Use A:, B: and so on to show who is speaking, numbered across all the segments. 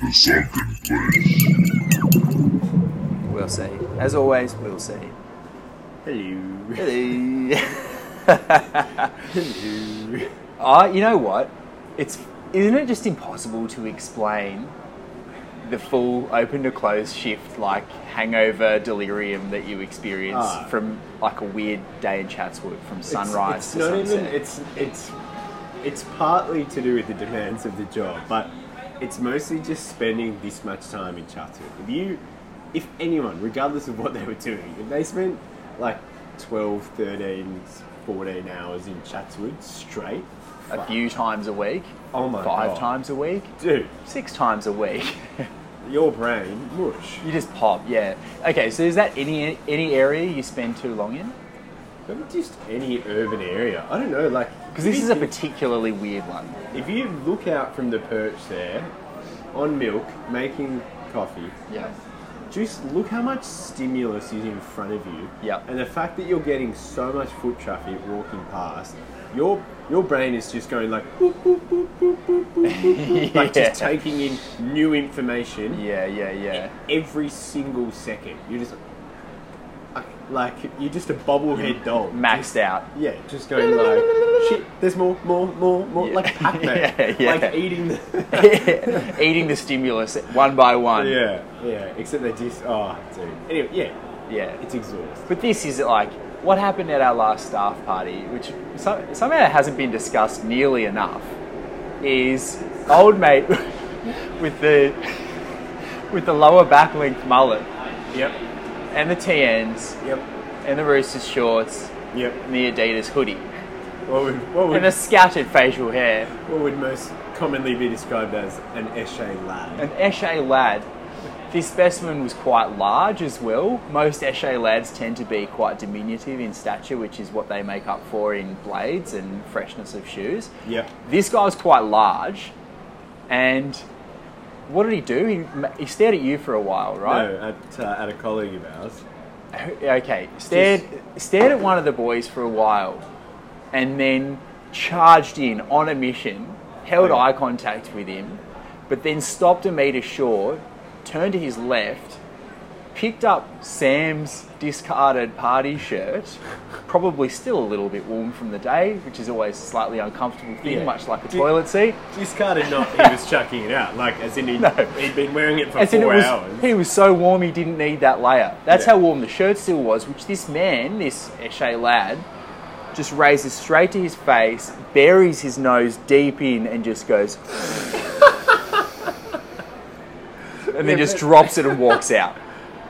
A: the sunken place.
B: We'll see. As always, we'll see.
C: Hello.
B: Hello.
C: Hello.
B: Ah, you know what? It's isn't it just impossible to explain the full open to close shift, like hangover delirium that you experience
C: Ah.
B: from like a weird day in Chatswood from
C: It's-
B: sunrise
C: It's,
B: to
C: not
B: sunset.
C: even. It's it's it's partly to do with the demands of the job, but it's mostly just spending this much time in Chatswood. If you, if anyone, regardless of what they were doing, if they spent like 12, 13, 14 hours in Chatswood straight,
B: a
C: fuck.
B: few times a week,
C: Oh my
B: five
C: God.
B: times a week,
C: dude,
B: six times a week.
C: your brain mush.
B: you just pop, yeah. Okay, so is that any any area you spend too long in?
C: Not just any urban area. I don't know, like
B: Because this is a particularly weird one.
C: If you look out from the perch there, on milk, making coffee,
B: Yeah.
C: just look how much stimulus is in front of you.
B: Yeah.
C: And the fact that you're getting so much foot traffic walking past, your your brain is just going like boop boop boop boop boop boop boop, boop like
B: Yeah.
C: just taking in new information
B: Yeah, yeah, yeah.
C: every single second. You're just like you're just a
B: Mm.
C: bobblehead doll.
B: Maxed out.
C: Yeah, just going like shit. There's more, more, more, more.
B: Yeah.
C: Like Pac-Man,
B: Yeah, yeah.
C: like eating the
B: eating the stimulus one by one.
C: Yeah, yeah. Except they just oh, dude. Anyway, yeah,
B: Yeah.
C: it's exhausting.
B: But this is like what happened at our last staff party, which so- somehow hasn't been discussed nearly enough, is old mate with the with the lower back length mullet
C: Yep,
B: and the TNs
C: yep,
B: and the Roosters shorts
C: yep.
B: and the Adidas hoodie
C: What would what would,
B: and the scattered facial hair,
C: what would most commonly be described as an Esche lad?
B: an Esche lad. This specimen was quite large as well. Most Esche lads tend to be quite diminutive in stature, which is what they make up for in blades and freshness of shoes.
C: Yep.
B: This guy was quite large, and what did he do? He, ma- he stared at you for a while, right?
C: No, at uh, at a colleague of ours.
B: Okay, stared stared at one of the boys for a while, and then charged in on a mission. Held
C: Yeah.
B: eye contact with him, but then stopped a meter short, turned to his left, picked up Sam's discarded party shirt, probably still a little bit warm from the day, which is always a slightly uncomfortable thing,
C: Yeah.
B: much like a
C: Did-
B: toilet seat.
C: Discarded not he was chucking it out, like as in he'd,
B: No.
C: he'd been wearing it for
B: As in, it
C: four
B: was,
C: hours.
B: he was so warm he didn't need that layer. That's
C: Yeah.
B: how warm the shirt still was, which this man, this Esche lad, just raises straight to his face, buries his nose deep in, and just goes. and then just drops it and walks out.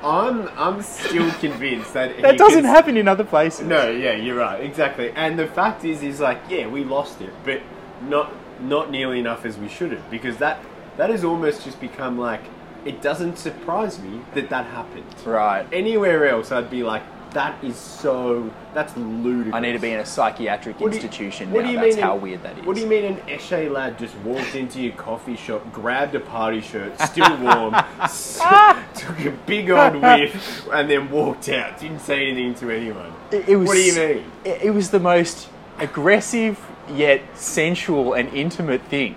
C: I'm I'm still convinced that he
B: That doesn't
C: cons-
B: happen in other places.
C: No, yeah, you're right, exactly. And the fact is, is like, yeah, we lost it, but not not nearly enough as we should have, because that that has almost just become like, it doesn't surprise me that that happened.
B: Right.
C: Anywhere else, I'd be like, that is so, that's ludicrous.
B: I need to be in a psychiatric
C: What do you-
B: institution
C: what
B: now.
C: do you
B: That's
C: mean
B: how
C: an-
B: weird that is.
C: What do you mean an Esche lad just walked into your coffee shop, grabbed a party shirt, still warm, s- took a big old whiff, and then walked out? Didn't say anything to anyone.
B: It, it was,
C: what do you mean?
B: It, it was the most aggressive yet sensual and intimate thing.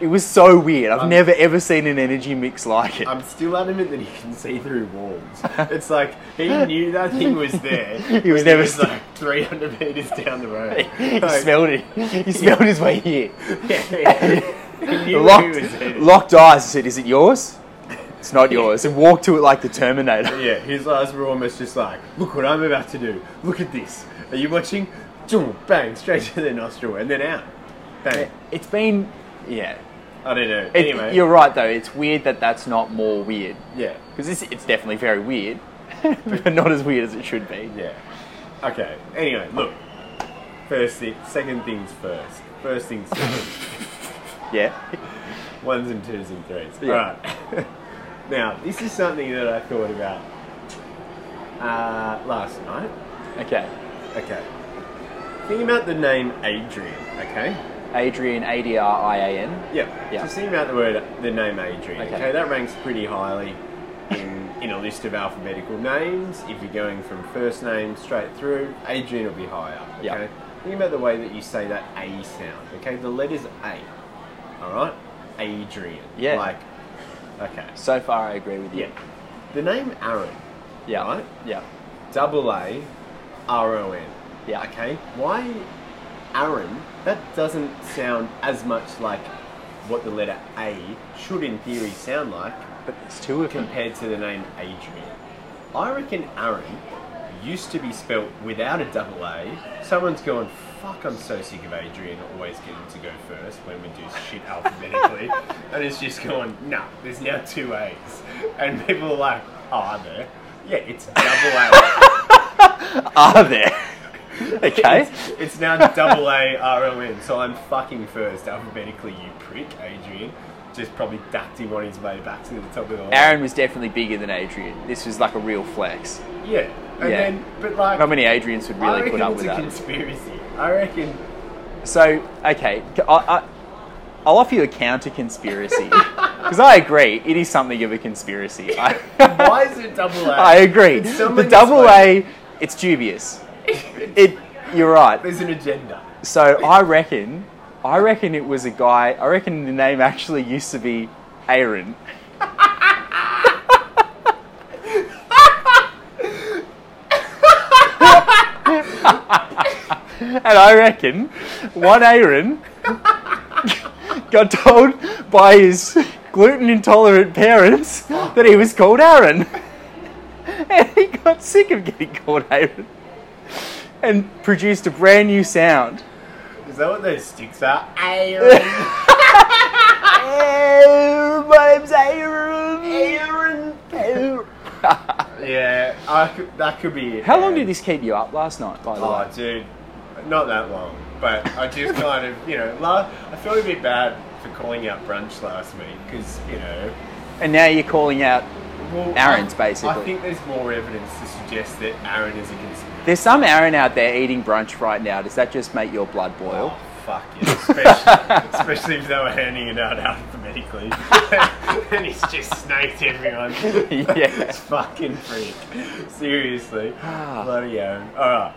B: It was so weird. I've
C: Um,
B: never ever seen an energy mix like it.
C: I'm still adamant that he can see through walls. It's like he knew that thing was there.
B: He was never
C: was
B: st-
C: like 300 meters down the road.
B: he
C: Like,
B: smelled it. He smelled his way here.
C: he knew he was
B: Locked,
C: there.
B: locked eyes. I said, "Is it yours?" It's not yours. And walked to it like the Terminator.
C: Yeah, his eyes were almost just like, look what I'm about to do. Look at this. Are you watching? Zoom, Bang, straight to the nostril and then out. Bang.
B: It's been, yeah.
C: I don't know.
B: It-
C: Anyway.
B: you're right though. It's weird that that's not more weird
C: yeah.
B: because it's, it's definitely very weird, but not as weird as it should be.
C: Yeah. Okay. Anyway, look. First thing, second things first. First things second.
B: Yeah.
C: Ones and twos and threes.
B: Yeah.
C: All right. now, this is something that I thought about uh, last night.
B: Okay.
C: Okay. Think about the name Adrian, okay?
B: Adrian, A D R I A N.
C: Yeah.
B: Yeah.
C: Just think about the word, the name Adrian,
B: Okay.
C: okay? That ranks pretty highly in, in a list of alphabetical names. If you're going from first name straight through, Adrian will be higher, okay?
B: Yeah.
C: Think about the way that you say that A sound, okay? The letter's A, all right? Adrian.
B: Yeah.
C: Like, Okay.
B: So far, I agree with you.
C: Yeah. The name Aaron,
B: Yeah.
C: Right?
B: Yeah.
C: double A R O N.
B: Yeah.
C: Okay. Why Aaron? That doesn't sound as much like what the letter A should, in theory, sound like
B: But there's two of them.
C: compared to the name Adrian. I reckon Aaron used to be spelt without a double A. Someone's going, fuck, I'm so sick of Adrian always getting to go first when we do shit alphabetically. and it's just going, nah, there's now two A's. And people are like, oh, are there? Yeah, it's double
B: Are Ah, there?
C: A.
B: okay.
C: it's, it's now double A R O N. So I'm fucking first alphabetically, you prick, Adrian. Just probably ducked him on his way back to the top of the line.
B: Aaron was definitely bigger than Adrian. This was like a real flex.
C: Yeah. And
B: Yeah.
C: then, but like,
B: How many Adrians would
C: I
B: really
C: reckon
B: put up
C: it's
B: with
C: a
B: that?
C: conspiracy. I reckon.
B: So, okay, c- I, I, will offer you a counter conspiracy because I agree it is something of a conspiracy. I,
C: Why is it double A?
B: I agree.
C: It's
B: The
C: someone
B: double
C: explain.
B: A, it's dubious. It, you're right.
C: There's an agenda.
B: So I reckon, I reckon it was a guy. I reckon the name actually used to be Aaron. and I reckon one Aaron got told by his gluten intolerant parents that he was called Aaron. And he got sick of getting called Aaron and produced a brand new sound.
C: Is that what those sticks are? Aaron.
B: Oh, my name's Aaron. Aaron.
C: yeah, I could, that could be it.
B: How long
C: man.
B: did this keep you up last night, by the
C: Oh,
B: way?
C: dude, not that long. But I just kind of, you know, la- I feel a bit bad for calling out brunch last week because, you know,
B: And now you're calling out.
C: well,
B: Aaron's
C: I-
B: basically.
C: I think there's more evidence to suggest that Aaron is a conspiracy.
B: There's some Aaron out there eating brunch right now. Does that just make your blood boil?
C: Oh, fuck yeah. Especially, especially if they were handing it out alphabetically. and he's just snaked everyone.
B: Yeah.
C: It's fucking freak. Seriously.
B: Ah.
C: Bloody Aaron. Alright.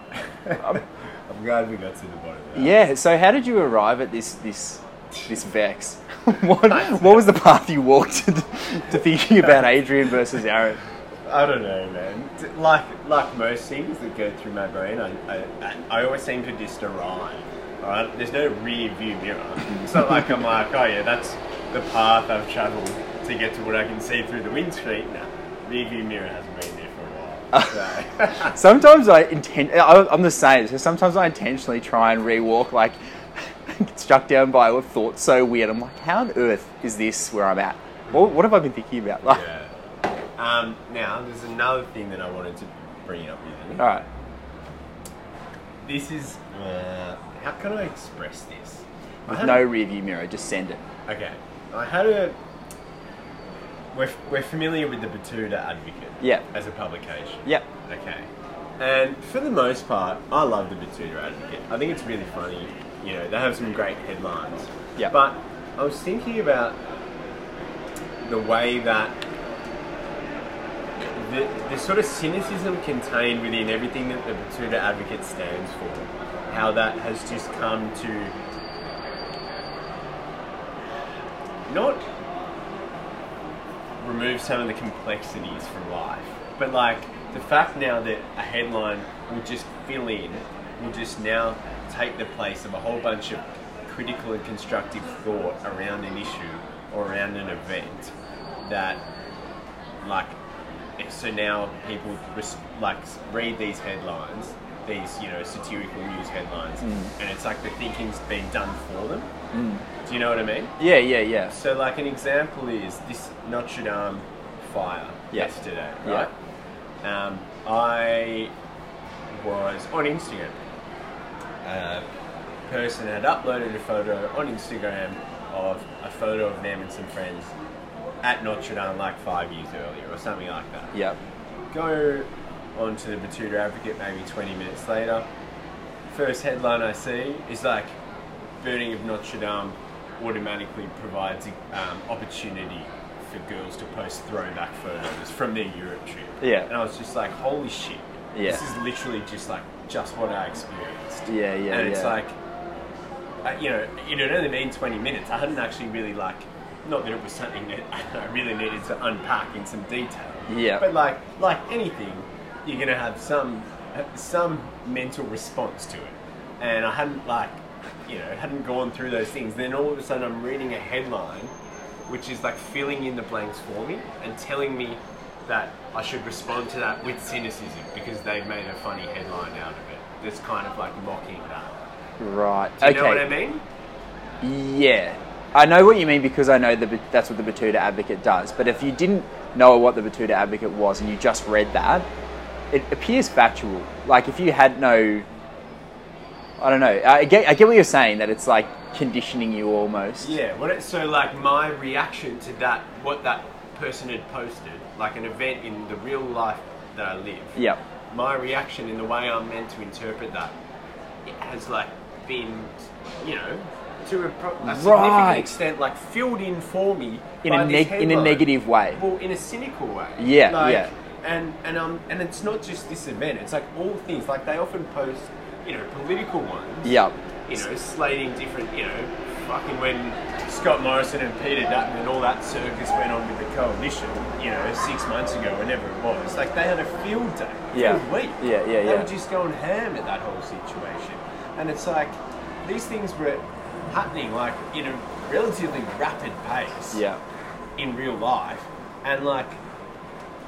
C: I'm glad we got to the bottom of that.
B: Yeah. So how did you arrive at this this this vex? what, what was the path you walked to, to thinking about Adrian versus Aaron?
C: I don't know, man. D- Like like most things that go through my brain, I, I, I- I always seem to just arrive. Alright? There's no rear view mirror. It's not like I'm like, oh yeah, that's the path I've travelled to get to what I can see through the windscreen. No, rear view mirror hasn't been there for a while. So.
B: Sometimes I inten- I- I'm the same. So sometimes I intentionally try and rewalk, like get struck down by a thought so weird. I'm like, how on earth is this where I'm at? What, what have I been thinking about? Like,
C: Yeah. Um, now, there's another thing that I wanted to bring up with you.
B: all right,
C: This is. Uh, how can I express this? I
B: with
C: had
B: no rearview mirror, just send it.
C: a- okay. I had a. We're, f- we're familiar with the Batuta Advocate.
B: Yeah.
C: As a publication.
B: Yep.
C: Okay. And for the most part, I love the Batuta Advocate. I think it's really funny. You know, they have some great headlines.
B: Yeah.
C: But I was thinking about the way that the, the sort of cynicism contained within everything that the Batuta Advocate stands for, how that has just come to not remove some of the complexities from life, but like the fact now that a headline will just fill in, will just now take the place of a whole bunch of critical and constructive thought around an issue or around an event that like if- so now people res- like s- read these headlines these you know satirical news headlines and it's like the thinking's been done for them do you know what i mean
B: Yeah, yeah, yeah.
C: so like an example is this notre dame fire
B: Yeah.
C: yesterday
B: Yeah.
C: right um, i was on instagram a person had uploaded a photo on instagram of a photo of them and some friends at notre dame like five years earlier or something like that
B: Yep.
C: go on to the Batuta Advocate maybe 20 minutes later. First headline I see is like, burning of Notre Dame automatically provides um, opportunity for girls to post throwback photos from their Europe trip.
B: Yeah.
C: And I was just like, holy shit.
B: Yeah.
C: This is literally just like, just what I experienced.
B: Yeah, yeah,
C: And it's
B: yeah.
C: like, uh, you know, it had only been 20 minutes. I hadn't actually really like not that it was something that I really needed to unpack in some detail.
B: Yeah.
C: But like like anything, you're gonna have some some mental response to it, and I hadn't like you know hadn't gone through those things. Then all of a sudden, I'm reading a headline, which is like filling in the blanks for me and telling me that I should respond to that with cynicism because they've made a funny headline out of it. That's kind of like mocking that.
B: Right.
C: Do you
B: okay.
C: know what I mean?
B: Yeah. I know what you mean because I know the, B- that's what the Batuta Advocate does. But if you didn't know what the Batuta Advocate was and you just read that, it appears factual. Like if you had no, I don't know. I I get, I get what you're saying that it's like conditioning you almost.
C: Yeah, what it, so like my reaction to that, what that person had posted, like an event in the real life that I live,
B: Yep.
C: my reaction in the way I'm meant to interpret that it has like been, you know, to a, pro- a significant
B: Right.
C: extent, like filled in for me
B: In
C: by
B: a
C: this
B: neg- in a
C: headline.
B: negative way.
C: Well, in a cynical way.
B: Yeah,
C: like,
B: yeah.
C: And and um and it's not just this event. It's like all things. Like they often post, you know, political ones
B: Yep.
C: you know, slating different, you know, fucking when Scott Morrison and Peter Dutton and all that circus went on with the coalition, you know, six months ago, whenever it was. Like they had a field day, a
B: Yeah.
C: field week.
B: Yeah, yeah,
C: They
B: yeah.
C: were just going ham at that whole situation, and it's like these things were happening like in a relatively rapid pace
B: Yeah.
C: in real life, and like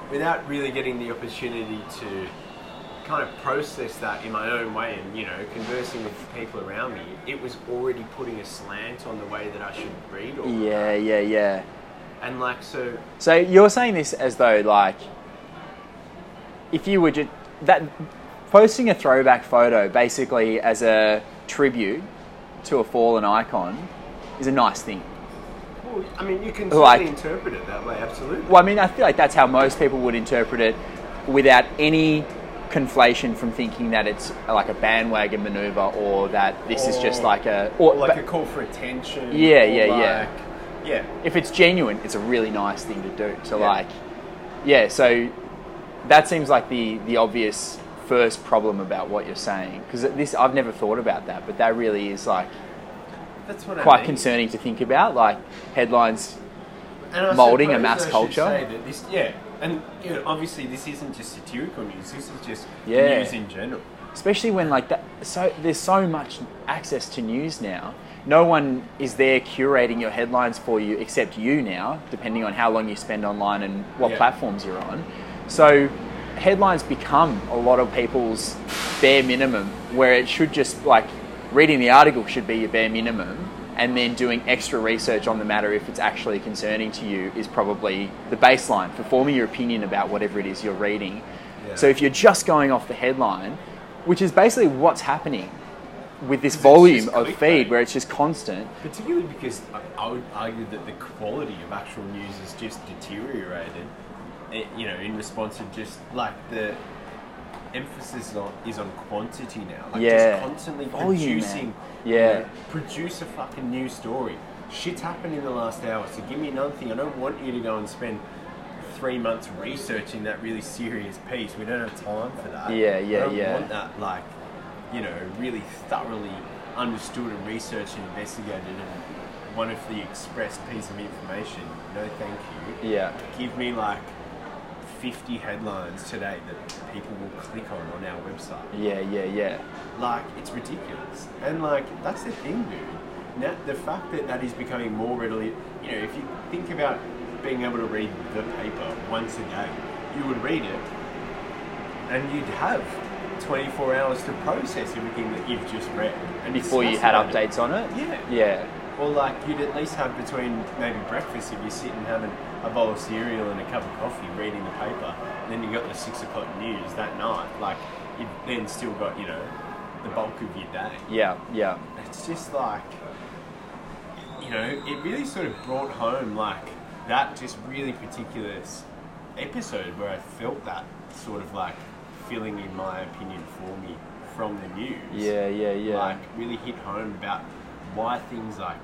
C: without really getting the opportunity to kind of process that in my own way and you know conversing with the people around me it was already putting a slant on the way that i should read or
B: Yeah. Yeah. Yeah.
C: and like so
B: So you're saying this as though like if you were just that posting a throwback photo basically as a tribute to a fallen icon is a nice thing.
C: well, i mean you can
B: Like-
C: certainly interpret it that way absolutely
B: Well, I mean, I feel like that's how most people would interpret it without any conflation from thinking that it's like a bandwagon maneuver or that this is just
C: Or-
B: like a
C: or
B: or,
C: like
B: but
C: a call for attention
B: Yeah,
C: or
B: yeah, yeah.
C: like- yeah
B: if it's genuine, it's a really nice thing to do. So
C: Yeah.
B: like, yeah. So that seems like the the obvious first problem about what you're saying because this I've never thought about that, but that really is like
C: that's what I
B: quite
C: mean.
B: concerning to think about. Like headlines.
C: And I
B: moulding a
C: suppose
B: mass
C: I should
B: culture.
C: say that this- yeah, and you know, obviously this isn't just satirical news. This is just
B: Yeah.
C: news in general.
B: especially when like that so there's so much access to news now no one is there curating your headlines for you except you now depending on how long you spend online and what
C: Yeah.
B: platforms you're on so headlines become a lot of people's bare minimum where it should just like reading the article should be your bare minimum and then doing extra research on the matter if it's actually concerning to you is probably the baseline for forming your opinion about whatever it is you're reading
C: Yeah.
B: so if you're just going off the headline, which is basically what's happening with this volume
C: just
B: of
C: clickbait.
B: feed where it's just constant.
C: Particularly because I, I would argue that the quality of actual news is just deteriorated. eh, you know, in response to just like the emphasis on, is on quantity now. Like
B: Yeah.
C: just constantly
B: Volume, man.
C: producing. you
B: Yeah.
C: know, produce a fucking news story. Shit's happened in the last hour, so give me another thing. I don't want you to go and spend three months researching that really serious piece. We don't have time for that.
B: Yeah, yeah,
C: I don't
B: yeah.
C: want that like you know really thoroughly understood and researched and investigated and wonderfully expressed piece of information. No, thank you.
B: Yeah.
C: Give me like. 50 headlines today that people will click on on our website.
B: Yeah, yeah, yeah.
C: Like, it's ridiculous. And, like, that's the thing, dude. Now, the fact that that is becoming more readily, you know, if you think about being able to read the paper once a day, you would read it and you'd have 24 hours to process everything that you've just read. And
B: Before you
C: discuss
B: had
C: about it.
B: updates on it?
C: Yeah.
B: Yeah.
C: Or, like, you'd at least have between maybe breakfast if you're sitting having a bowl of cereal and a cup of coffee reading the paper, and then you got the six o'clock news that night. Like, you've then still got, you know, the bulk of your day.
B: Yeah, yeah.
C: It's just like, you know, it really sort of brought home, like, that just really particular s- episode where I felt that sort of like filling in my opinion for me from the news
B: Yeah, yeah, yeah.
C: like really hit home about why things like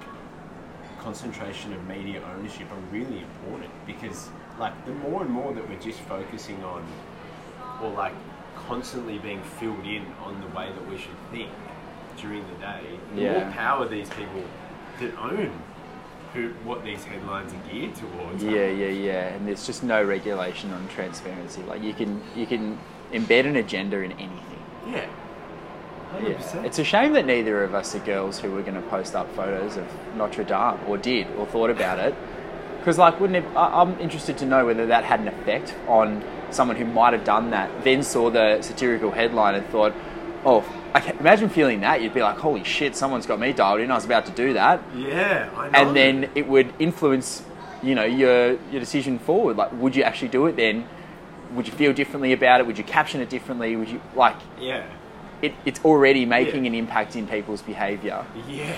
C: concentration of media ownership are really important because like the more and more that we're just focusing on or like constantly being filled in on the way that we should think during the day the
B: Yeah.
C: more power these people that own who what these headlines are geared towards.
B: Yeah, yeah, yeah. And there's just no regulation on transparency. Like you can you can embed an agenda in anything.
C: yeah, hundred
B: Yeah.
C: percent.
B: It's a shame that neither of us are girls who were going to post up photos of Notre Dame or did or thought about it. Because, like, wouldn't it? I, I'm interested to know whether that had an effect on someone who might have done that, then saw the satirical headline and thought, oh, I can, imagine feeling that. You'd be like, holy shit, someone's got me dialed in. I was about to do that.
C: yeah, I know.
B: And then it would influence, you know, your, your decision forward. Like, would you actually do it then? Would you feel differently about it? Would you caption it differently? Would you, like,
C: yeah,
B: it, it's already making
C: Yeah.
B: an impact in people's behaviour.
C: yeah,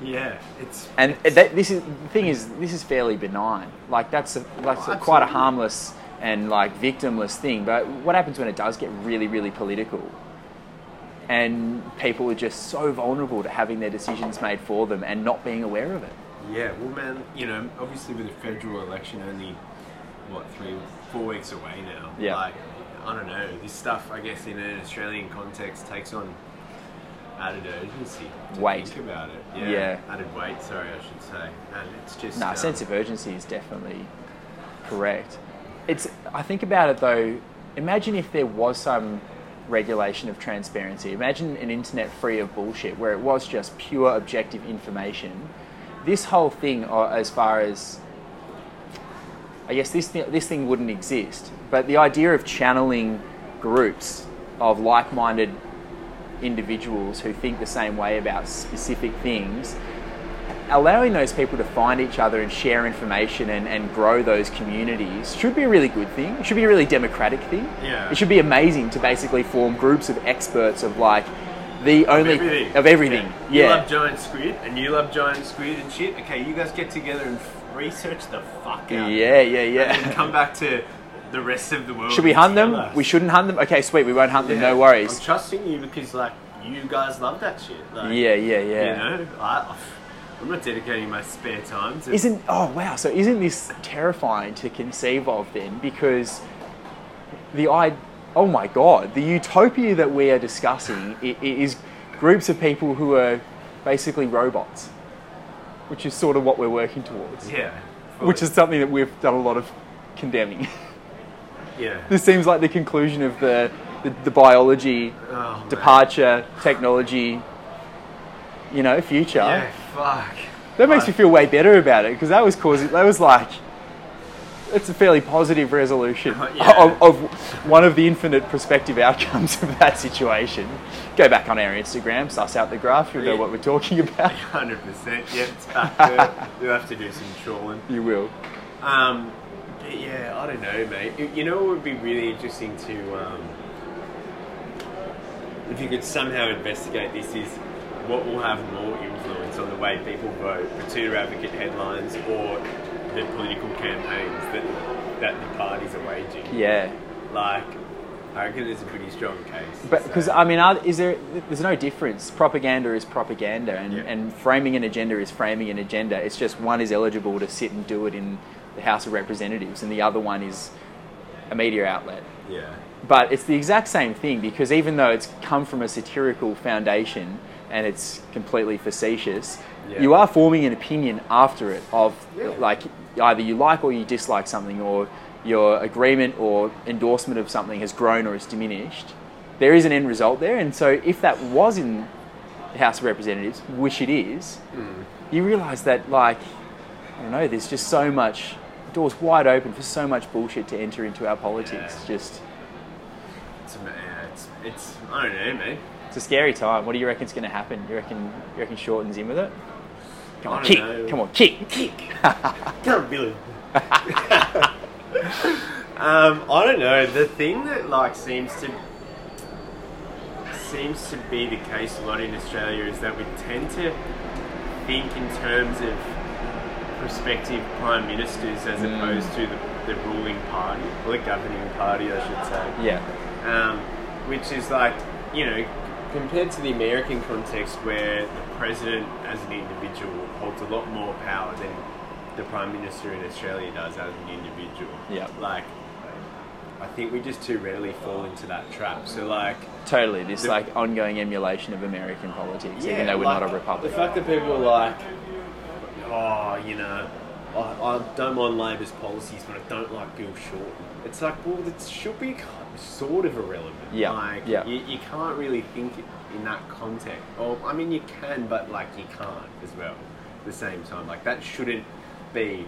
C: yeah. It's
B: And that, this is the thing is this is fairly benign. Like that's a, that's a, quite a
C: absolutely.
B: harmless and like victimless thing. But what happens when it does get really really political? And people are just so vulnerable to having their decisions made for them and not being aware of it.
C: yeah. Well, man, you know, obviously with the federal election only what three, four weeks away now.
B: Yeah.
C: Like, I don't know. This stuff, I guess, in an Australian context, takes on added urgency. To
B: Weight.
C: Think about it.
B: Yeah.
C: Added weight. Sorry, I should say. And it's just
B: No,
C: um,
B: sense of urgency is definitely correct. It's I think about it though. Imagine if there was some regulation of transparency. Imagine an internet free of bullshit, where it was just pure objective information. This whole thing, uh, as far as I guess this thi- this thing wouldn't exist. But the idea of channeling groups of like-minded individuals who think the same way about specific things allowing those people to find each other and share information and, and grow those communities should be a really good thing. It should be a really democratic thing.
C: Yeah.
B: It should be amazing to basically form groups of experts of like the only
C: everything.
B: of everything.
C: You
B: Yeah.
C: love giant squid, and you love giant squid and shit. Okay, you guys get together and f- research the fuck out. of it.
B: yeah, yeah,
C: And
B: yeah.
C: come back to the rest of the world.
B: Should we hunt
C: together.
B: them? We shouldn't hunt them. Okay, sweet. We won't hunt them.
C: Yeah.
B: No worries.
C: I'm trusting you because like you guys love that shit. Like,
B: yeah, yeah, yeah.
C: You know, I, I'm not dedicating my spare time to.
B: Isn't oh wow! So isn't this terrifying to conceive of then? Because the I oh my god, the utopia that we are discussing i- i- is groups of people who are basically robots, which is sort of what we're working towards.
C: yeah.
B: Which is something that we've done a lot of condemning.
C: yeah.
B: this seems like the conclusion of the the, the biology
C: Oh, man.
B: departure technology. You know, future.
C: Yeah. Fuck.
B: That makes
C: Like,
B: me feel way better about it because that was causing that was like it's a fairly positive resolution
C: Yeah.
B: of, of one of the infinite prospective outcomes of that situation. Go back on our Instagram, suss out the graph, you'll know
C: Yeah.
B: what we're talking about.
C: 100%. Yeah, it's back there. You'll have to do some trawling.
B: You will.
C: Um, but yeah, I don't know, mate. You- You know what would be really interesting to, um, if you could somehow investigate this, is what will have more influence on the way people vote: the Tudor advocate headlines or the political campaigns that that the parties are waging.
B: Yeah.
C: Like, I reckon there's a pretty strong case.
B: But because I mean, are, is there? There's no difference. Propaganda is propaganda, and,
C: Yeah.
B: and framing an agenda is framing an agenda. It's just one is eligible to sit and do it in the House of Representatives, and the other one is a media outlet.
C: yeah,
B: But it's the exact same thing because even though it's come from a satirical foundation and it's completely facetious,
C: Yeah.
B: you are forming an opinion after it of
C: Yeah.
B: like either you like or you dislike something or your agreement or endorsement of something has grown or is diminished. There is an end result there, and so if that was in the House of Representatives, which it is,
C: Hmm.
B: you realise that like I don't know, there's just so much doors wide open for so much bullshit to enter into our politics.
C: Yeah.
B: Just
C: it's, yeah, it's, it's I don't know, mate.
B: It's a scary time. What do you reckon's going to happen? You reckon? You reckon Shorten's in with it? Come
C: I
B: on,
C: don't
B: kick!
C: know.
B: Come on, kick!
C: Come Billy. um, I don't know. The thing that like seems to seems to be the case a lot in Australia is that we tend to think in terms of prospective prime ministers as opposed to the, the ruling party or the governing party, I should say
B: Yeah,
C: um, which is like you know compared to the American context where the president as an individual holds a lot more power than the prime minister in Australia does as an individual.
B: Yeah.
C: like I think we just too readily fall into that trap. So like.
B: totally. This
C: The-
B: like ongoing emulation of American politics, even though we're
C: like,
B: not a republic.
C: The fact that people are like, oh, you know, I, I don't mind Labor's policies, but I don't like Bill Shorten. It's like, well, it should be kind sort of irrelevant.
B: Yeah,
C: Like,
B: yeah.
C: You, you can't really think in that context. Or, I mean, you can, but, like, you can't as well at the same time. Like, that shouldn't be.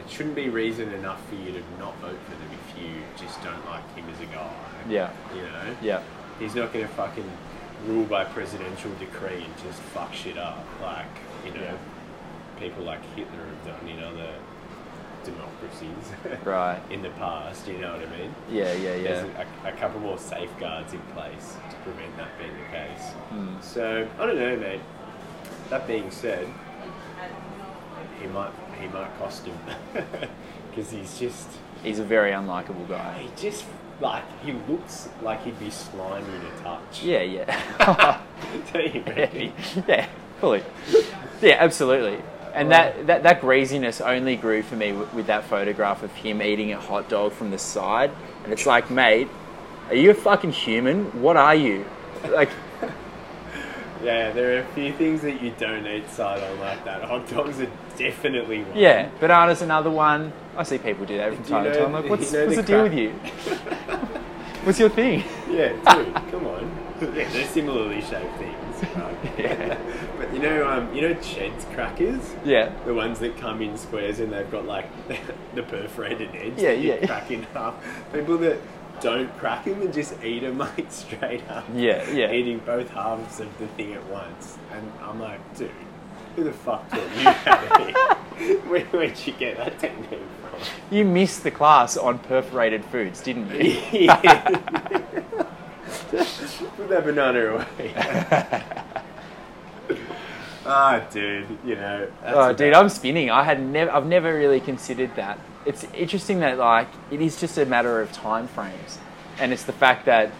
C: It shouldn't be reason enough for you to not vote for them if you just don't like him as a guy.
B: Yeah.
C: You know?
B: Yeah.
C: He's not going to fucking rule by presidential decree and just fuck shit up like, you know,
B: Yeah.
C: people like Hitler have done in other democracies
B: Right.
C: in the past, you know what I mean?
B: Yeah, yeah, yeah.
C: There's a, a couple more safeguards in place to prevent that being the case.
B: Mm.
C: So, I don't know, mate. That being said, he might, he might cost him. Because he's just.
B: He's a very unlikable guy.
C: He just like he looks like he'd be slimy to touch.
B: Yeah, yeah.
C: Don't you reckon?
B: yeah, fully. Yeah, absolutely. And that, that, that greasiness only grew for me with, with that photograph of him eating a hot dog from the side. And it's like, mate, are you a fucking human? What are you? Like,
C: Yeah, there are a few things that you don't eat side on like that. Hot dogs are definitely one.
B: yeah, banana's another one. I see people do that from
C: Do you
B: time to
C: know-
B: time. Like,
C: you
B: what's,
C: know
B: what's the
C: the
B: deal
C: crack-
B: with you? what's your thing?
C: Yeah, dude, come on. Yeah, they're similarly shaped things, right?
B: Yeah.
C: But you know, um, you know Ched's crackers?
B: Yeah.
C: The ones that come in squares and they've got like the perforated edge.
B: Yeah,
C: that you
B: yeah.
C: Crack in half. People that don't crack them and just eat them like straight up.
B: Yeah, yeah.
C: Eating both halves of the thing at once, and I'm like, dude, who the fuck taught you how to eat? Where, where'd you get that technique from?
B: You missed the class on perforated foods, didn't you?
C: Put that banana away. Ah, dude, you know. that's
B: Oh, dude,
C: about-
B: I'm spinning. I had never, I've never really considered that. It's interesting that like it is just a matter of time frames, and it's the fact that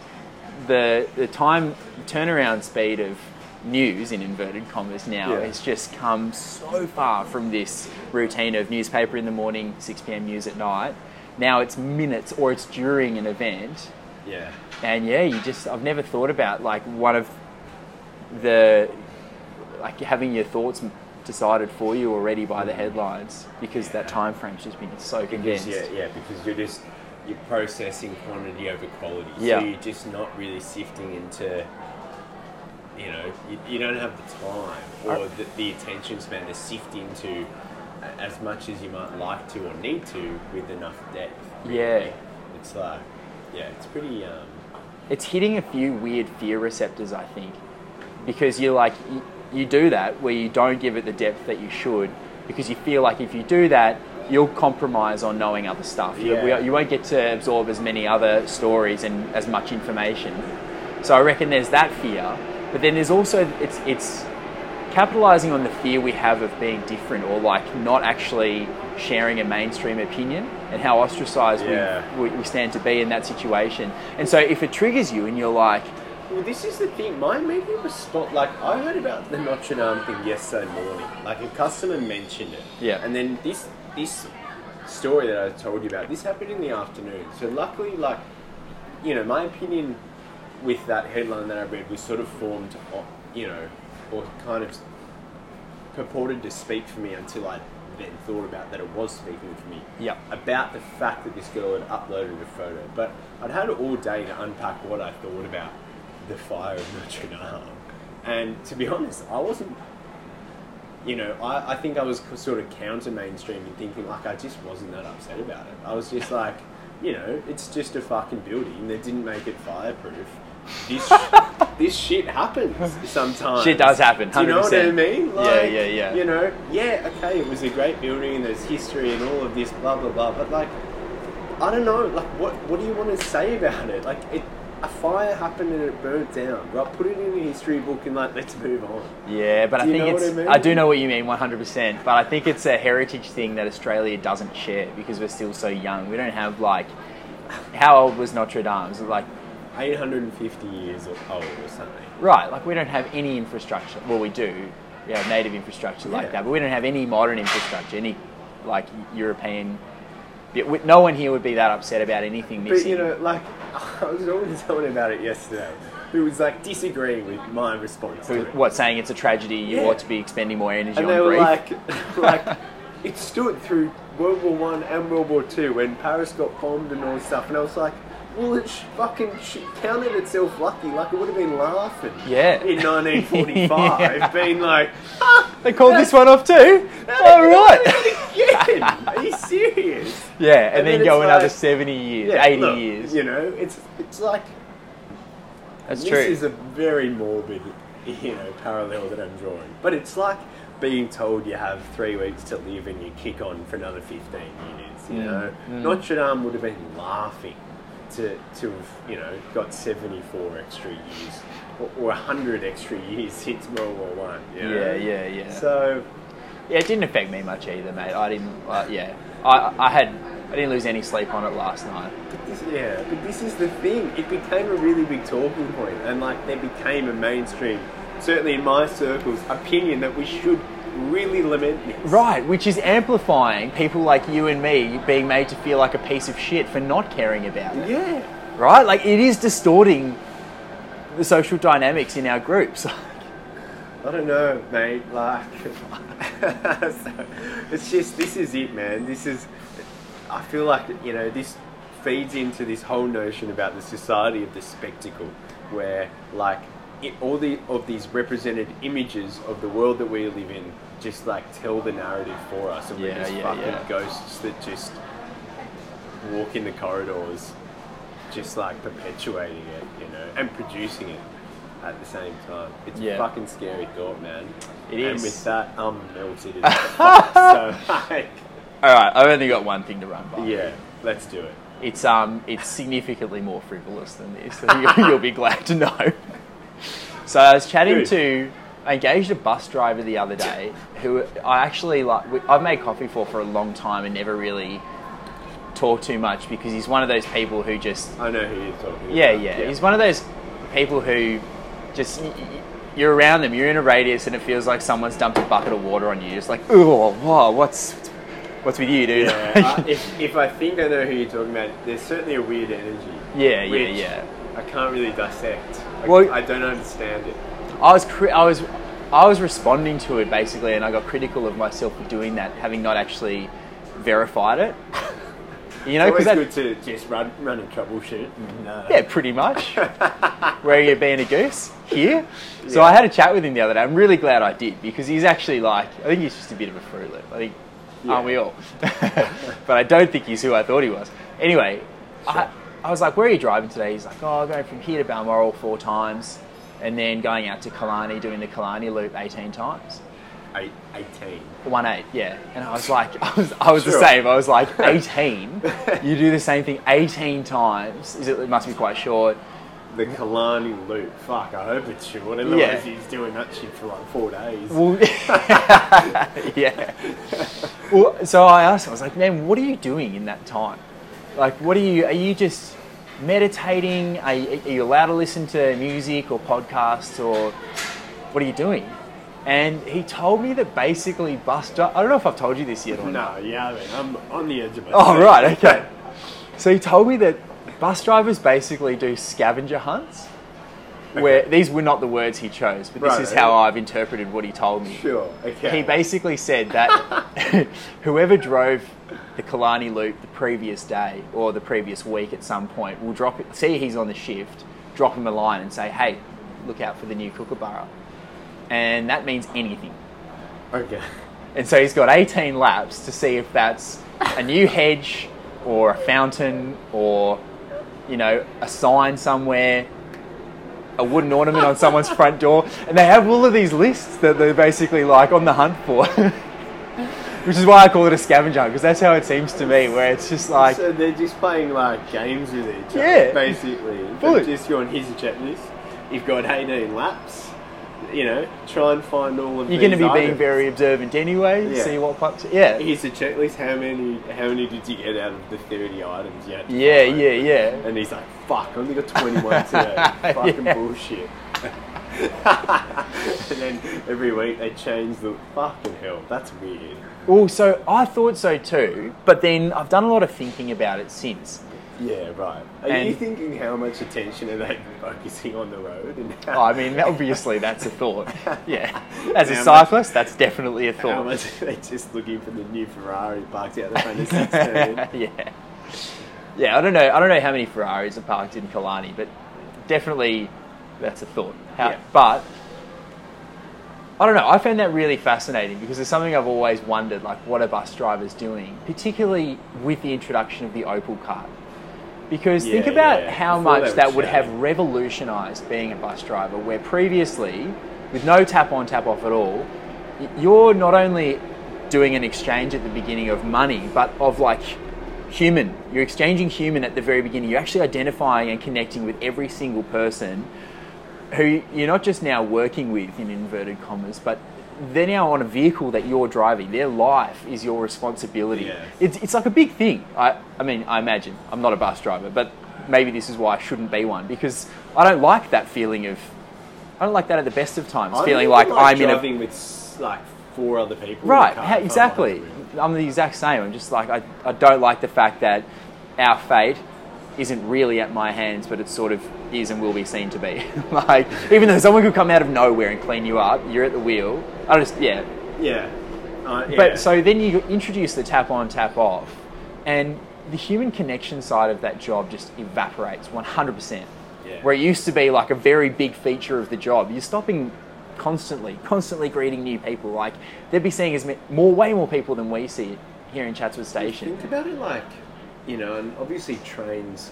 B: the the time turnaround speed of news in inverted commas now
C: Yeah.
B: has just come so far from this routine of newspaper in the morning, 6 p.m. news at night. Now it's minutes or it's during an event,
C: Yeah.
B: and yeah, you just I've never thought about like one of the like having your thoughts m- decided for you already by the
C: Mm.
B: headlines because that time frame's just been so condensed.
C: Yeah, yeah, because you're just you're processing quantity over quality.
B: Yeah.
C: So you're just not really sifting into you know, you, you don't have the time or the, the attention span to sift into a- as much as you might like to or need to with enough depth.
B: Yeah.
C: It's like yeah, it's pretty um
B: It's hitting a few weird fear receptors, I think, because you're like you, you do that where you don't give it the depth that you should because you feel like if you do that. You'll compromise on knowing other stuff. You-
C: Yeah.
B: You won't get to absorb as many other stories and as much information. So I reckon there's that fear, but then there's also it's it's capitalizing on the fear we have of being different or like not actually sharing a mainstream opinion and how ostracized
C: Yeah.
B: we, we, we stand to be in that situation. And so if it triggers you and you're like,
C: Well, this is the thing. Mine made me respond. Like I heard about the Notre Dame thing yesterday morning. Like a customer mentioned it.
B: Yeah.
C: And then this this story that I told you about. This happened in the afternoon. So luckily, like you know, my opinion with that headline that I read was sort of formed, on, you know, or kind of purported to speak for me until I then thought about that it was speaking for me
B: Yep.
C: about the fact that this girl had uploaded a photo. But I'd had all day to unpack what I thought about the fire of Notre Dame. And to be honest, I wasn't, you know, I, I think I was c- sort of counter mainstream in thinking like I just wasn't that upset about it. I was just like, you know, it's just a fucking building that didn't make it fireproof. This, this shit happens sometimes.
B: Shit does happen,
C: Do you know what I
B: 100%.
C: mean?
B: Yeah, yeah, yeah.
C: You know, yeah, okay, it was a great building and there's history and all of this, blah blah blah. But like, I don't know, like, what what do you want to say about it? Like, it a fire happened and it burnt down. Right, put it in a history book and like, let's move on.
B: yeah, but I
C: Do you
B: think
C: know what
B: it's
C: I mean?
B: I do know what you mean 100%, but I think it's a heritage thing that Australia doesn't share because we're still so young. We don't have like how old was Notre Dame? Is it like
C: Eight hundred and fifty years old or something.
B: Right, like we don't have any infrastructure. Well, we do. We have native infrastructure like
C: Yeah.
B: that, but we don't have any modern infrastructure, any like European Yeah, we- no one here would be that upset about anything
C: But
B: missing.
C: you know, like I was talking to someone about it yesterday, who was like disagreeing with my response. To
B: Who-
C: it.
B: what saying it's a tragedy? You
C: Yeah.
B: ought to be expending more energy
C: And
B: on
C: they were
B: grief.
C: like, like it stood through World War One and World War Two when Paris got bombed and all this stuff. And I was like, well, it sh- fucking sh- counted itself lucky. Like it would have been laughing.
B: Yeah.
C: In 1945,
B: Yeah.
C: being like,
B: they called this one off too. All right.
C: again? Are you serious?
B: Yeah, and,
C: And
B: then,
C: then
B: go
C: it's
B: another
C: like-
B: seventy years,
C: Yeah,
B: eighty
C: look,
B: years.
C: You know, it's it's like
B: That's
C: this
B: true.
C: is a very morbid, you know, parallel that I'm drawing. But it's like being told you have three weeks to live and you kick on for another 15 years, you
B: Mm,
C: know.
B: mm.
C: Notre-Dame would have been laughing to, to have, you know, got 74 extra years or, or 100 extra years since World War One. you know?
B: yeah, yeah, yeah.
C: So,
B: Yeah, it didn't affect me much either, mate. I didn't. Uh, yeah, I, I had. I didn't lose any sleep on it last night.
C: This- Yeah, but this is the thing. It became a really big talking point, and like there became a mainstream, certainly in my circles, opinion that we should really lament this.
B: Right, which is amplifying people like you and me being made to feel like a piece of shit for not caring about it.
C: Yeah.
B: Right? Like it is distorting the social dynamics in our groups.
C: I don't know, mate. Like, so, it's just this is it, man. This is. I feel like you know this feeds into this whole notion about the society of the spectacle, where like it, all the of these represented images of the world that we live in just like tell the narrative for us, and we're
B: Yeah,
C: just
B: yeah,
C: fucking
B: yeah.
C: ghosts that just walk in the corridors, just like perpetuating it, you know, and producing it at the same time. It's
B: Yeah.
C: a fucking scary thought, man.
B: It
C: and
B: is.
C: with that, I'm melted. As fuck, so like,
B: Alright, I've only got one thing to run by.
C: yeah, let's do it.
B: It's um, it's significantly more frivolous than this. So you'll, you'll be glad to know. So I was chatting
C: Good.
B: to, I engaged a bus driver the other day who I actually like. we- I've made coffee for for a long time and never really talked too much because he's one of those people who just
C: I know who you're talking
B: yeah,
C: about.
B: yeah. He's one of those people who just y- y- you're around them, you're in a radius, and it feels like someone's dumped a bucket of water on you. It's like, oh, whoa, what's what's with you, dude?
C: Yeah, I- Uh, if, if I think I know who you're talking about, there's certainly a weird energy.
B: Yeah, yeah,
C: which
B: yeah.
C: I can't really dissect. I,
B: Well-
C: I don't understand it.
B: I was cri- I was I was responding to it basically, and I got critical of myself for doing that, having not actually verified it. You know,
C: It's
B: because
C: always good to just run, run and troubleshoot. No.
B: Mm-hmm. Yeah, pretty much. Where you being a goose here? So I had a chat with him the other day. I'm really glad I did because he's actually like I think he's just a bit of a fruit loop. I think aren't we all? but I don't think he's who I thought he was. Anyway, I, I was like, "Where are you driving today?" He's like, "Oh, going from here to Balmoral four times, and then going out to Kalani doing the Kalani loop 18 times."
C: Eight, 18.
B: One eight, yeah. And I was like, I was, I was the
C: Sure.
B: same. I was like, eighteen. you do the same thing eighteen times. Is it, it must be quite short.
C: The Kalani loop. Fuck, I hope it's short. Otherwise,
B: Yeah.
C: he's doing that shit for like four days.
B: Well, yeah. Well, so I asked him, I was like, man, what are you doing in that time? Like, what are you, are you just meditating? Are you, are you allowed to listen to music or podcasts or what are you doing? And he told me that basically bus dri- I don't know if I've told you this yet or not.
C: no, yeah, I mean, I'm on the edge of my
B: Oh,
C: seat.
B: right, okay. So he told me that bus drivers basically do scavenger hunts. Where these were not the words he chose, but this
C: Right.
B: is how I've interpreted what he told me.
C: Sure, okay.
B: He basically said that whoever drove the Kalani loop the previous day or the previous week at some point will drop it, see he's on the shift, drop him a line and say, hey, look out for the new Kookaburra. And that means anything.
C: Okay.
B: And so he's got 18 laps to see if that's a new hedge or a fountain or, you know, a sign somewhere, a wooden ornament on someone's front door. And they have all of these lists that they're basically like on the hunt for. Which is why I call it a scavenger hunt, because that's how it seems to me, where it's just like,
C: so they're just playing like games with each other,
B: Yeah.
C: basically. They've
B: Fully.
C: just gone, here's a checklist. You've got 18 laps. You know, try and find all of
B: you're
C: these
B: going to be being
C: items.
B: very observant anyway,
C: Yeah.
B: see what pops. Yeah.
C: Here's a checklist. How many? How many did you get out of the 30 items? You had to
B: Yeah,
C: find?
B: yeah, yeah.
C: And he's like, "Fuck, I only got 21 today. Fucking
B: Yeah.
C: bullshit." and then every week they change the fucking hell. That's weird.
B: Oh, so I thought so too, but then I've done a lot of thinking about it since.
C: Yeah, right. Are you
B: And-
C: thinking how much attention are they focusing on the road and
B: Oh,
C: how,
B: I mean, obviously that's a thought. Yeah, as a
C: How much-
B: cyclist, that's definitely a
C: how
B: thought.
C: much are they just looking for the new Ferrari parked out the front of 16?
B: yeah, yeah. I don't know. I don't know how many Ferraris are parked in Kalani, but definitely that's a thought. How,
C: Yeah.
B: But I don't know. I found that really fascinating because it's something I've always wondered, like what are bus drivers doing, particularly with the introduction of the Opal card. Because think
C: Yeah,
B: about
C: yeah.
B: how
C: Before they
B: much
C: were
B: that would
C: chatting.
B: have revolutionised being a bus driver, where previously, with no tap on, tap off at all, y- you're not only doing an exchange at the beginning of money, but of like human. You're exchanging human at the very beginning. You're actually identifying and connecting with every single person who you're not just now working with in inverted commas, but they're now on a vehicle that you're driving. Their life is your responsibility.
C: Yeah.
B: It's, it's like a big thing. I, I mean, I imagine. I'm not a bus driver, but maybe this is why I shouldn't be one because I don't like that feeling of. I don't like that at the best of times,
C: I'm
B: feeling like, I'm in a
C: driving with s- like four other people. in
B: Right,
C: the car
B: how,
C: if I'm
B: exactly.
C: behind the wheel.
B: I'm the exact same. I'm just like, I, I don't like the fact that our fate isn't really at my hands, but it sort of is and will be seen to be. like, even though someone could come out of nowhere and clean you up, you're at the wheel. I just, yeah.
C: Yeah. Uh, yeah.
B: But so then you introduce the tap on, tap off, and the human connection side of that job just evaporates 100%.
C: Yeah.
B: Where it used to be like a very big feature of the job, you're stopping constantly, constantly greeting new people. Like they'd be seeing as ma- more, way more people than we see here in Chatswood Station.
C: Think about it like, you know, and obviously trains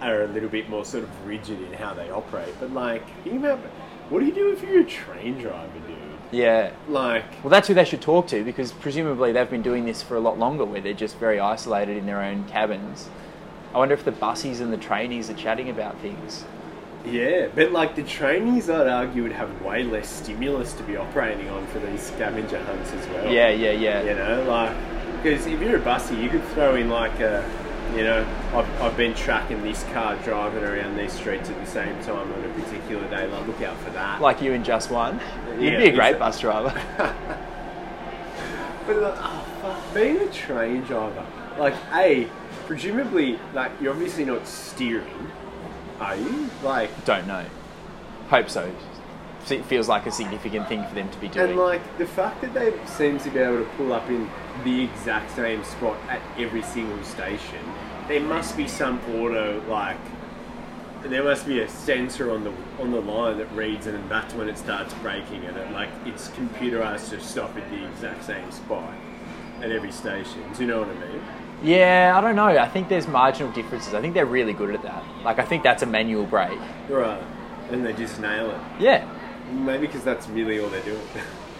C: are a little bit more sort of rigid in how they operate, but like, think about what do you do if you're a train driver, dude?
B: Yeah.
C: Like,
B: Well, that's who they should talk to because presumably they've been doing this for a lot longer, where they're just very isolated in their own cabins. I wonder if the bussies and the trainees are chatting about things.
C: yeah, but like the trainees, I'd argue, would have way less stimulus to be operating on for these scavenger hunts as well.
B: Yeah, yeah, yeah.
C: You know, like, because if you're a bussie, you could throw in like a, you know, I've, I've been tracking this car driving around these streets at the same time on a particular day. Like, look out for that.
B: like you in just one. You'd
C: Yeah,
B: be a great
C: exa-
B: bus driver.
C: But like, oh, fuck, being a train driver, like, a presumably, like, you're obviously not steering, are you? Like,
B: Don't know. Hope so. Se- It feels like a significant thing for them to be doing.
C: and like the fact that they seem to be able to pull up in the exact same spot at every single station, there must be some auto like. There must be a sensor on the on the line that reads it, and that's when it starts braking, and it like it's computerized to stop at the exact same spot at every station. Do you know what I mean?
B: yeah, I don't know. I think there's marginal differences. I think they're really good at that. Like, I think that's a manual break.
C: Right. And they just nail it.
B: Yeah,
C: Maybe because that's really all they're doing.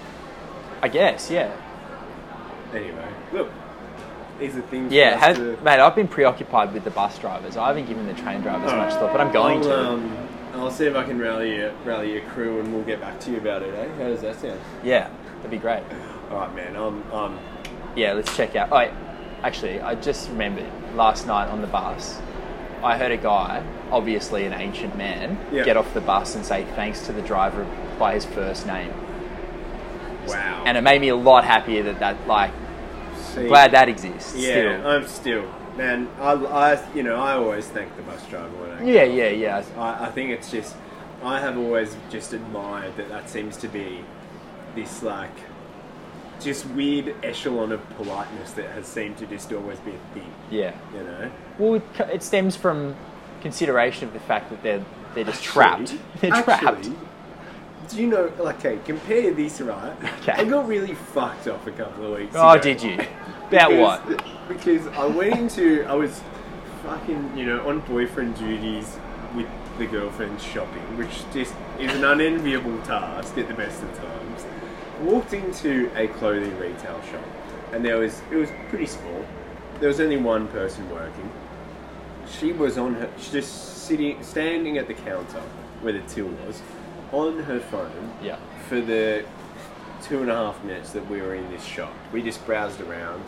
B: I guess. Yeah,
C: anyway, look, these are things.
B: yeah.
C: for us
B: Has,
C: to-
B: mate, I've been preoccupied with the bus drivers. I haven't given the train drivers much thought, but I'm going
C: I'll,
B: to.
C: Um, I'll see if I can rally your, rally your crew and we'll get back to you about it, eh? How does that sound?
B: yeah, that'd be great.
C: Alright, man. I'm, I'm
B: Yeah, let's check out. Oh, actually, I just remembered last night on the bus, I heard a guy, obviously an ancient man,
C: Yeah.
B: get off the bus and say thanks to the driver by his first name.
C: wow.
B: And it made me a lot happier that that, like,
C: See,
B: glad that exists
C: Yeah,
B: still.
C: I'm still. Man, I, I, you know, I always thank the bus driver when I
B: Yeah, yeah, yeah.
C: I, I think it's just I have always just admired that that seems to be this like just weird echelon of politeness that has seemed to just always be a thing,
B: Yeah.
C: you know.
B: Well, it co- it stems from consideration of the fact that they're, they're just trapped.
C: Actually-
B: They're trapped.
C: actually, Do you know? Like, okay, compare this, right?
B: Okay.
C: I got really fucked off a couple of weeks.
B: Oh,
C: ago.
B: did you? About
C: Because-
B: what?
C: Because I went into I was fucking you know on boyfriend duties with the girlfriend shopping, which just is an unenviable task at the best of times. Walked into a clothing retail shop, and there was it was pretty small. There was only one person working. She was on her she just sitting standing at the counter where the till was, on her phone
B: Yeah.
C: for the two and a half minutes that we were in this shop, we just browsed around.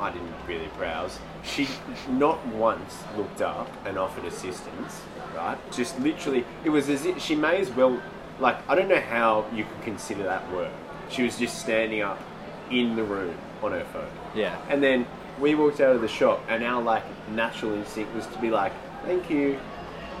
C: I I didn't really browse. She not once looked up and offered assistance, right? Just literally, it was as if she may as well, like, I don't know how you could consider that work. She was just standing up in the room on her phone.
B: Yeah.
C: And then we walked out of the shop, and our, like, natural instinct was to be like, thank you.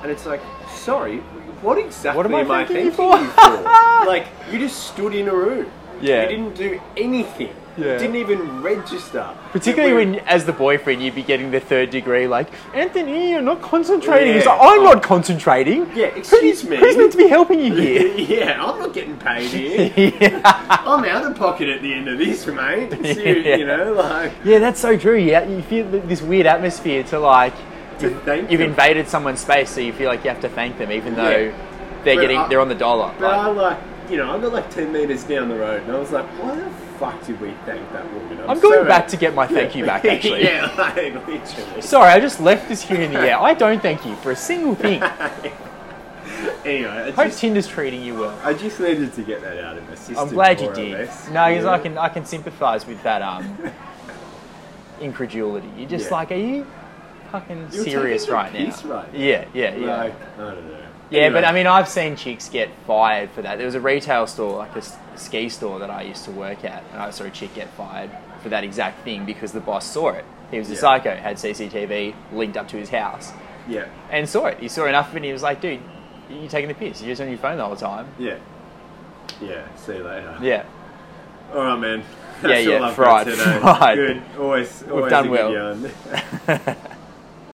C: And it's like, sorry, what exactly
B: What am I
C: I
B: thanking you
C: thanking
B: for?
C: you for? like, you just stood in a room.
B: Yeah.
C: You didn't do anything.
B: Yeah.
C: You didn't even register.
B: Particularly
C: We-
B: when, as the boyfriend, you'd be getting the third degree, like, Anthony, you're not concentrating. He's
C: Yeah.
B: like, I'm
C: Oh.
B: not concentrating.
C: Yeah,
B: Who's-
C: excuse me.
B: Who's meant to be helping you here?
C: yeah, I'm not getting paid here. I'm out of pocket at the end of this, mate. So,
B: Yeah.
C: You know, like.
B: Yeah, that's so true. Yeah, you feel th- this weird atmosphere to like
C: To thank
B: you've
C: them.
B: invaded someone's space, so you feel like you have to thank them, even though
C: Yeah.
B: they're
C: But
B: getting
C: I-
B: they're on the dollar.
C: But I
B: Like,
C: like, you know, I got like 10 metres down the road and I was like, why the fuck did we thank that woman?
B: I'm going
C: so-
B: back to get my thank you back. Actually,
C: yeah, like, literally.
B: sorry, I just left this here in the air. I don't thank you for a single thing.
C: Anyway, I
B: Hope
C: just,
B: Tinder's treating you well.
C: I just needed to get that out of my system.
B: I'm glad you
C: more or
B: did.
C: less.
B: No, because
C: Yeah.
B: I can I can sympathise with that um incredulity. You're just
C: Yeah.
B: like, are you fucking
C: You're
B: serious
C: taking the
B: right now?
C: piss right now.
B: Yeah, yeah, yeah.
C: Like, I don't know.
B: Yeah,
C: Anyway,
B: but I mean, I've seen chicks get fired for that. There was a retail store, like a s- ski store that I used to work at, and I saw a chick get fired for that exact thing because the boss saw it. He was a
C: Yeah.
B: psycho, had CCTV linked up to his house,
C: Yeah,
B: and saw it. He saw enough of it, and he was like, dude, you're taking the piss. You're just on your phone the whole time.
C: yeah. Yeah, see you later.
B: Yeah.
C: All right, man.
B: Yeah,
C: That's
B: yeah,
C: all I've
B: fried,
C: got today.
B: fried.
C: Good. Always, always
B: done
C: a good
B: well.
C: yarn.